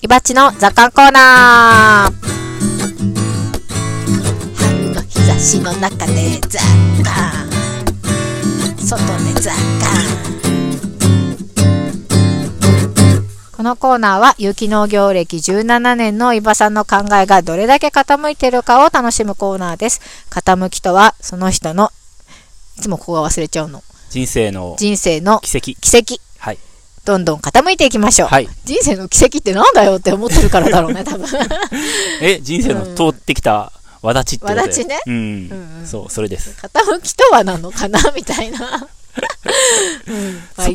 ひばちの雑感コーナー春の日差しの中でザッカン外でザッカこのコーナーは有機農業歴17年の伊庭さんの考えがどれだけ傾いているかを楽しむコーナーです。傾きとはその人のいつもここが忘れちゃうの人生の人生の奇跡。奇跡はい。どんどん傾いていきましょう、はい。人生の奇跡ってなんだよって思ってるからだろうね多分え、人生の通ってきたわだちってことでわだちねうんうんう。んそう、それです。傾きとはなのかなみたいな、うん、まあいい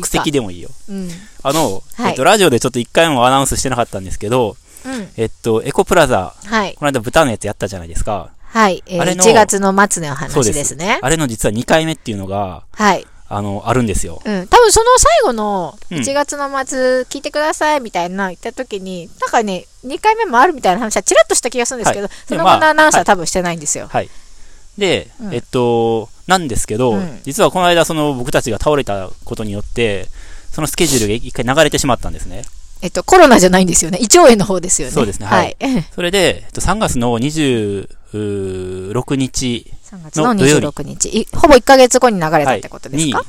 即か席でもいいよ。うんあの、はいえっと、ラジオでちょっと一回もアナウンスしてなかったんですけど、うんえっと、エコプラザ、はいこの間豚のやつやったじゃないですか。はい、えー、あれの1月の末のそう話ですですねあれの実は2回目っていうのが、はいあの、あるんですよ。うん、多分その最後のうん1月の末聞いてくださいみたいな言った時に、なんかね2回目もあるみたいな話はちらっとした気がするんですけど、はいその後まのあアナウンスは多分してないんですよ、はい。で、うんえっと、なんですけど、うん実はこの間、その僕たちが倒れたことによって、そのスケジュールが一回流れてしまったんですね。えっとコロナじゃないんですよね胃腸炎の方ですよねそうですねははいい、 3それで、えっと、3月の26日月のの土曜日26日いほぼ1ヶ月後に流れたはっいてことですにか、、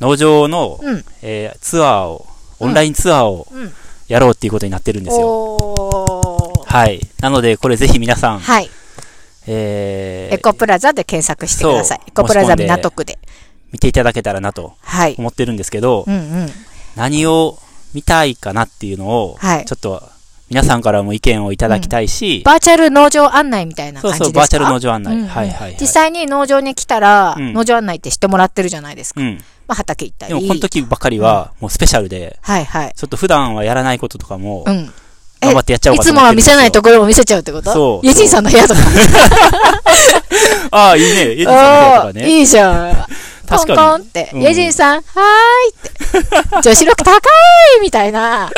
農場の、うんえーツアーを、オンラインツアーをうんやろうっていうことになってるんですよ。おーはい。なので、これぜひ皆さん、はいえーエコプラザで検索してくださいそうエコプラザ申し込んで港区で見ていただけたらなとはい思ってるんですけど、うんうん何を見たいかなっていうのを、はいちょっと皆さんからも意見をいただきたいし、バーチャル農場案内みたいなそ感うじですそかう、バーチャル農場案内。うんうんはいはいはい。実際に農場に来たら、うん農場案内ってしてもらってるじゃないですか。うん。まあ、畑行ったり。でも、この時ばかりは、もうスペシャルで、はいはい。ちょっと普段はやらないこととかもう、ん。頑張ってやっちゃおういかとつ思もっはてるん見ですせよないところを見せちゃうってことそうユジンさんの部屋とか。ああ、いいね。エジソンのとあかあね。いいじゃん。トン確かにトンって。うんユジンさん、はーいって。女子力高いみたいな。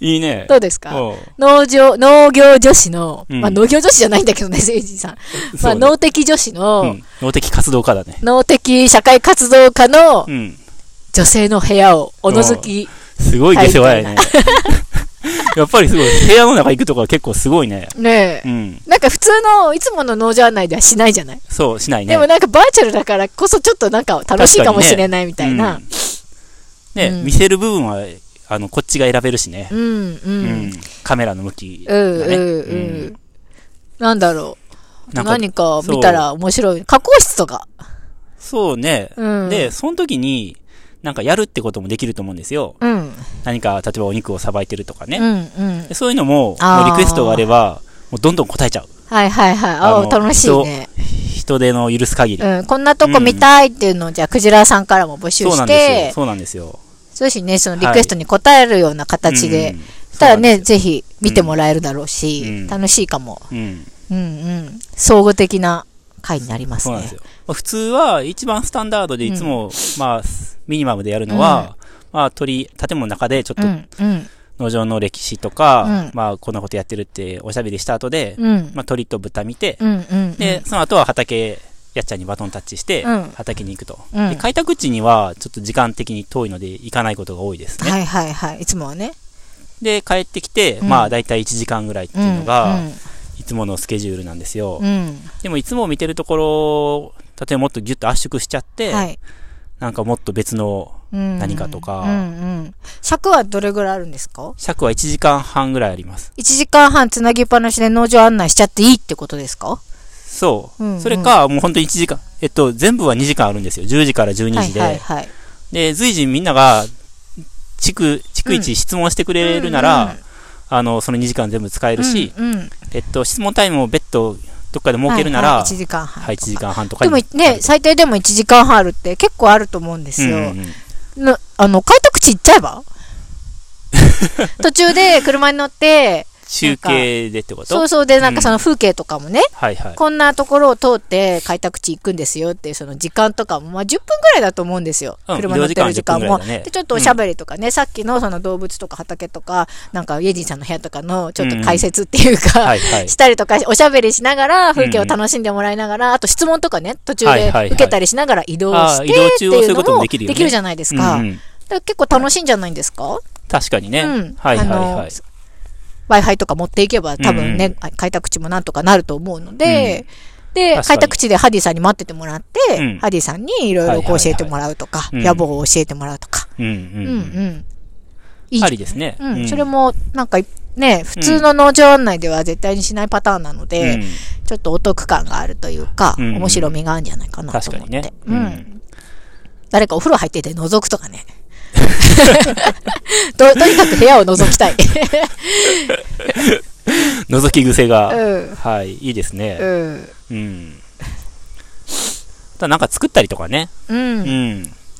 いいねど。うですかおう農場、農業女子の、うんまあ農業女子じゃないんだけどね、ユジンさん。まそあうね農的女子うの、ん。能的活動家だね。農的社会活動家のうん。女性の部屋をおのずきすごい下世話やね。 やっぱりすごい。部屋の中行くとか結構すごいね。ねうえ。ん。なんか普通のいつもの農場案内ではしないじゃない、そう、しないね。でもなんかバーチャルだからこそちょっとなんか楽しいかもしれないみたいな。うんね、うん見せる部分は、あの、こっちが選べるしねう。んう。うんカメラの向きうがんうね。んうん。なんだろう。なんか何か見たら面白い。加工室とか。そうね。うん。で、その時に、なんかやるってこともできると思うんですよ。うん。何か、例えばお肉をさばいてるとかうね。んうんで。そういうのも、もあーうリクエストがあれば、もうどんどん答えちゃう。はいはいはい。あああ、の楽しいね。人手の許す限り。うん。こんなとこ見たいっていうのをじゃあクジラさんからも募集そうなしんですよ。て、そうなんですよ。そうしね、そのリクエストに応えるような形でうん。そしたらね、ぜひ見てもらえるだろうしう、ん楽しいかも。うん。うんうん。総合的な回になりますそうなんねです。よ。まあ普通は、一番スタンダードでいつも、まあ、ミニマムでやるのは、まあ、鳥、建物の中でちょっうとんうん農場の歴史とか、うんまあ、こんなことやってるっておしゃべりした後で、うんまあ、鳥と豚見て、うんうんで、その後は畑、やっちゃんにバトンタッチして、うん畑に行くと、うんで開拓地には、ちょっと時間的に遠いので行かないことが多いですね。はいはいはいいつもはねで、帰ってきて、うんまあ、だいたい1時間ぐらいっていうのうが、んいつものスケジュールなんですよ。うんでも、いつも見てるところ、例えばもっとギュッと圧縮しちゃって、はいなんかもっと別の何何かとかうんうん尺はどれぐらいあるんですか尺は1時間半ぐらいあります。 1時間半つなぎっぱなしで農場案内しちゃっていいってことですかそう。うんうんそれか、もう本当に1時間。えっと、全部は2時間あるんですよ。10時から12時で。はいはいはいで、随時みんなが、地区、地区うん一質問してくれるなら、あの、その2時間全部使えるし、うんうんえっと、質問タイムを別途どっかで設けるなはいら、はい1時間半はい、1時間半とでかにもね最低でも1時間半あるって結構あると思うんですうんうよんうんのあの開拓地行っちゃえ ば途中で車に乗って中継でってことそうそうでなんかその風景とかもねはいはい。こんなところを通って開拓地行くんですよっていうその時間とかも、まあ、10分ぐらいだと思うんですよ。うん車乗ってる時間移動時間も。は10分ぐらいだねで、ちょっとおしゃべりとかね、さっきのその動物とか畑とか、なんかイエジンさんの部屋とかのちょっと解説っていうか、はいはい。したりとか、おしゃべりしながら、風景を楽しんでもらいながら、あと質問とかね、途中はいではいはい受けたりしながら移動してあってー移動中はいうそういうのことももでできるよねきるじゃないですか。うだんうかんら結構楽しいんじゃないんですか確かにね。うんはいはいあはのい。 Wi-Fi とか持っていけば多分ね、うん開拓地もなんとかなると思うので、で確、か開に拓地でハディさんに待っててもらって、うんハディさんにいろいろこう教えてもらうとか、いはいはい野望を教えてもらうとか。うんううんん。うん。いいありですね。うん、それも、なんか、ね、普通の農場案内では絶対にしないパターンなので、うんちょっとお得感があるというか、うん面白みがあるんじゃないかなと確か思っにて。ね。う。うんん。誰かお風呂入ってて覗くとかね。 と、とにかく部屋を覗き たい。覗き癖が、うん。はい、いいですね。うん。うん。ただなんか作ったりとかね。う。うんん。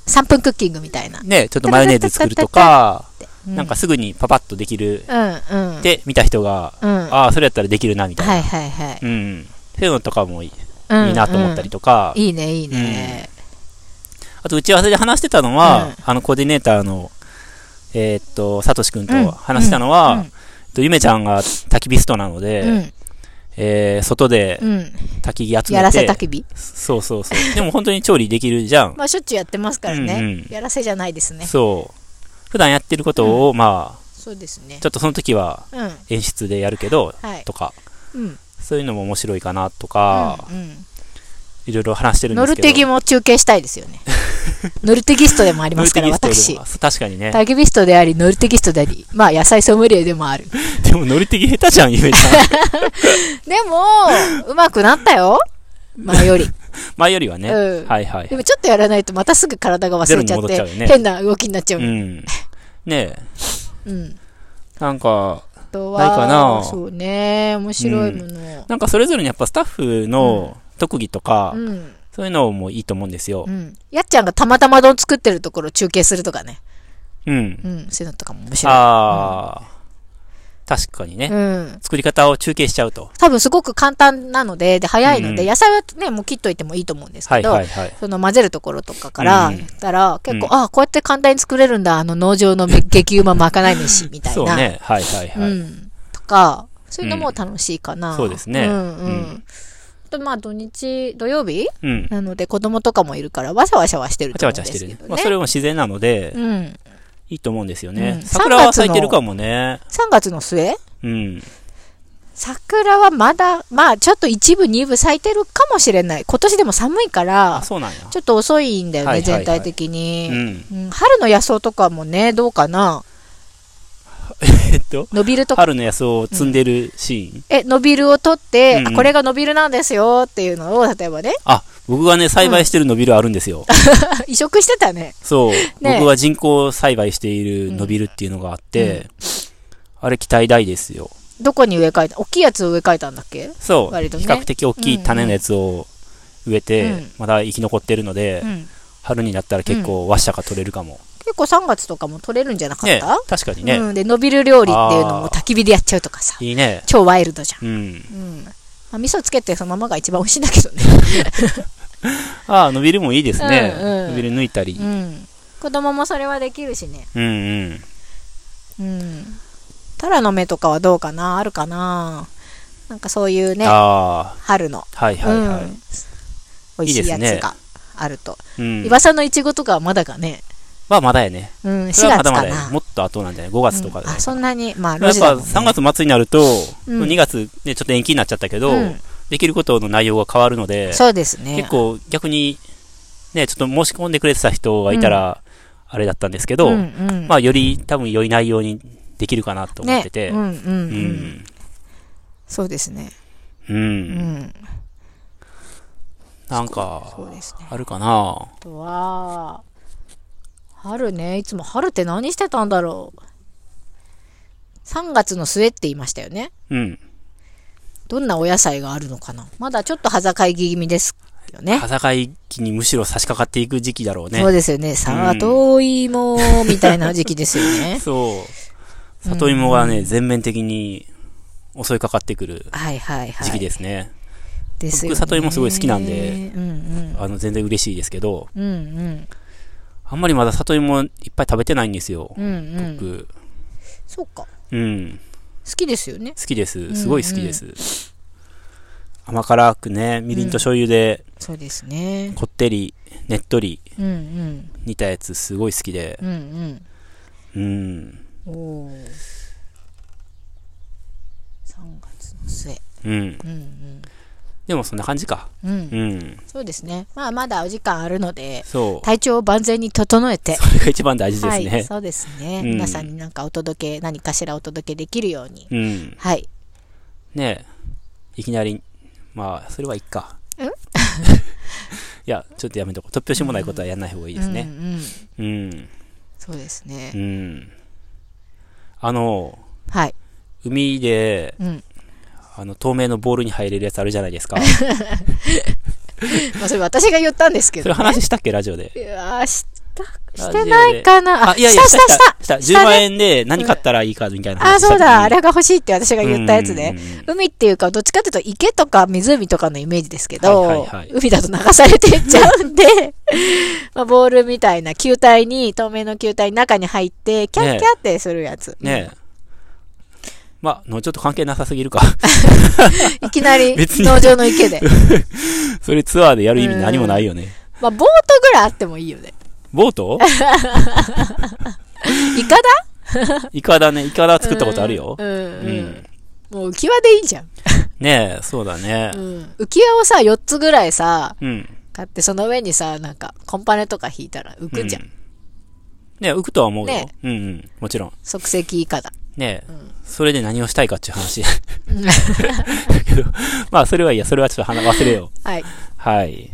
3分クッキングみたいな。ね、ちょっとマヨネーズ作るとか、なんかすぐにパパッとできるうん、うん。って見た人が、うん。はああ、それやったらできるな、みいたいな。はいはい。うん。そういうのとかもいいうんいいなと思ったりとかうん。いいね、いいね。あと打ち合わせで話してたのは、うんあのコーディネーターの、えーっと、さとしくんうんと話したのは、うんうんえっとゆめちゃんが焚き火ストなので、うん。えー外でうん。焚き火集めて、やらせたき火。そうそうそう。 でも本当に調理できるじゃん。まあ、しょっちゅうやってますからね。うんうんやらせじゃないですね。そう。普段やってることを、まあ、そうですねち。ょっとその時はうん。は演出でやるけど、い。とか、うん。そういうのも面白いかなとか、うんいろいろ話しうてるん。んノでルすけど。テギも中継したいですよ ね。ノルテギストでもありますから、ノルテキストで私も。確かにね。タギビストであり、ノルテギストであり、まあ、野菜ソムリエでもある。でもノリ的下手じゃん、ゆめち ゃん。で も、うまくなったよ。前より。前よりはね。うんはいはいで。もちょっとやらないとまたすぐ体が忘れちゃっゼロに戻っちて、ゃうよね変な動きになっちゃう。ううん。ん。ねえ、うん、なんか、あとないかは、なそうね、面白いもの。なんかそれぞれにやっぱスタッフの特技とか、うん。そういうのもいいと思うんですよう。ん。やっちゃんがたまたま丼作ってるところを中継するとかね。うん。うん。そういうのとかも面白い。ああ、確かにね、うん。作り方を中継しちゃうと。多分すごく簡単なので、で、早いので、うん野菜はね、もう切っといてもいいと思うんですはけいど、はいはい。その混ぜるところとかから、うんやったら、結構、うんあこうやって簡単に作れるんだ、あの農場のめ激うままかない飯、みたいな。そうね。はいはいはい。うん。とか、そういうのも楽しいかな。うんそうですねうんうん。うんあと、まあ、土日、土曜日うん。わなので、子供とかもいるから、わしゃわしゃはしてるちゃと思うわんちでゃしてすけるどね。。ねまあそれも自然なので、うん。3いいと思うんですようねん。桜は咲いてるかもね。月の末うん。桜はまだ、まあ、ちょっと一部、二部咲いてるかもしれない。今年でも寒いかあ、ら、そうなんや。ちょっと遅いんだよね、はいはいは全い体的うに、ん。うん春の野草とかもね、どうかな。えっと、伸びるとか、春の野草を摘んでるシーン。え、伸びるを取って、うんうんあこれが伸びるなんですよっていうのを、例えばね、あ、僕がね、栽培してる伸びるあるんですよ。移植してたね。そう、 ね僕は人工栽培している伸びるっていうのがあって、あれ期待大ですよ。どこに植え替えた大きいやつを植え替えたんだっけそう、割とね比較的大きい種のやつを植えて、うんまだ生き残ってるので、うん。春になったら結構ワッシャが取れるかも。結構3月とかも取れるんじゃなかっねた、確かにね、うん。で、伸びる料理っていうのも焚き火でやっちゃうとかさ。いいね。超ワイルドじゃん。うん。うん。まあ、味噌つけてそのままが一番美味しいんだけどね。ああ、伸びるもいいですね。うんうん伸びる抜いたり。うん。子供もそれはできるしね。うん、うん。うん。タラの芽とかはどうかなあるかななんかそういうね、あ春の。あ、はいはいはうん。美味しいやついいですねがあると。い。うん。岩さんのいちごとかはまだかね。はまだやね。うん、4それはま月だまかだやな。ね。もっと後なんじゃない ?5 月とかで、うんあ、そんなに、まあ、や路っ地ぱだもん、ね。 3月末になると、うん2月ね、ちょっと延期になっちゃったけど、うんできることの内容が変わるので、そうですね。結構逆に、ね、ちょっと申し込んでくれてた人がいたら、あれだったんですけど、うんうんまあより多分良い内容にできるかなと思ってて、ね、うんうんううん。ん。そうですね。うん。うん。なんか、そうですね。あるかなあとは、春ね、いつも春って何してたんだろう。3月の末って言いましたよね。うん。どんなお野菜があるのかなまだちょっと端境気味ですよね。戦い期にむしろ差し掛かっていく時期だろうね。。そうですよね。里芋みたいな時期ですよね そう。里芋がね、全面的に襲いかかってくるはいはいはい。時期ですね。ですよね僕里芋すごい好きなんでうんあの、全然嬉しいですけど、うん。うんうん。あんまりまだ里芋いっぱい食べてないんですよう。んうん。僕、そうか。うん、好きですよね。好きです。すごい好きです。甘辛くね、みりんと醤油で、そうですね。こってり、ねっとり、うんうん。煮たやつすごい好きでう、んううん。ん。おー3月の末。うん。うんうん。でもそんな感じか。うん。うん。そうですね。まあ、まだお時間あるので、 そう。体調を万全に整えて、それが一番大事ではすい、ね。そうですね。うん皆さんになんかお届け、何かしらお届けできるように。うん。はい。ねえ、いきなり、まあ、それはいっか。ん いや、ちょっとやめとこう。突拍子もないことはやんない方がいいですうね。んうん。うん。そうですうね。ん。あの、はい。海で、うん。あの、透明のボールに入れるやつあるじゃないですか。まあ、それ私が言ったんですけそどれ。話したっけラジオで。いやー、した、ラしジオてでないかな。あ、したしたしたした。したね10万円で何買ったらいいかみたいなあ、話そした時うにだ。あれが欲しいって私が言ったやつうねん。海っていうか、どっちかっていうと池とか湖とかのイメージですけど、はいはいはい海だと流されてっちゃうんで、 まあ、ボールみたいな球体に、透明の球体の中に入って、キャッキャッってするやつ。ねえ。まあ、のちょっと関係なさすぎるか。 いきなり別に農場の池 で。それツアーでやる意味何もないよね。まあ、ボートぐらいあってもいいよね。ボ ートイカだイカだね。イカだ作ったことあるよう。ん、ううんん。もう浮き輪でいいじゃん。ねえ、そうだねう。ん、浮き輪をさ、4つぐらいさ、うん。買って、その上にさ、なんか、コンパネとか引いたら浮くじゃん。うんねえ、浮くとは思うよね。うんうん。もちろん。即席イカだ。ねえ、それで何をしたいかっていう話。 だけど、まあ、それはいいや。それはちょっと話忘れよう。はい。はい。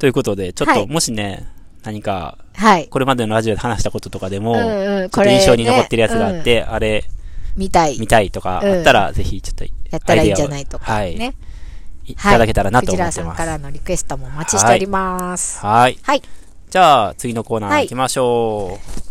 ということで、ちょっはと、いもしね、何か、はい。これまでのラジオで話したこととかでも、うんうんちょっと印象にこれね残ってるやつがあって、あれ見たい。見たいとかあったら、ぜひちょっとやったらいいんじゃないとか。アイデアをはい、ね。いただけたらなと思はっいクジてラさまんす。かはらのリクエストもお待ちしております。い。はい。じゃあ、次のコーナー行きましょう。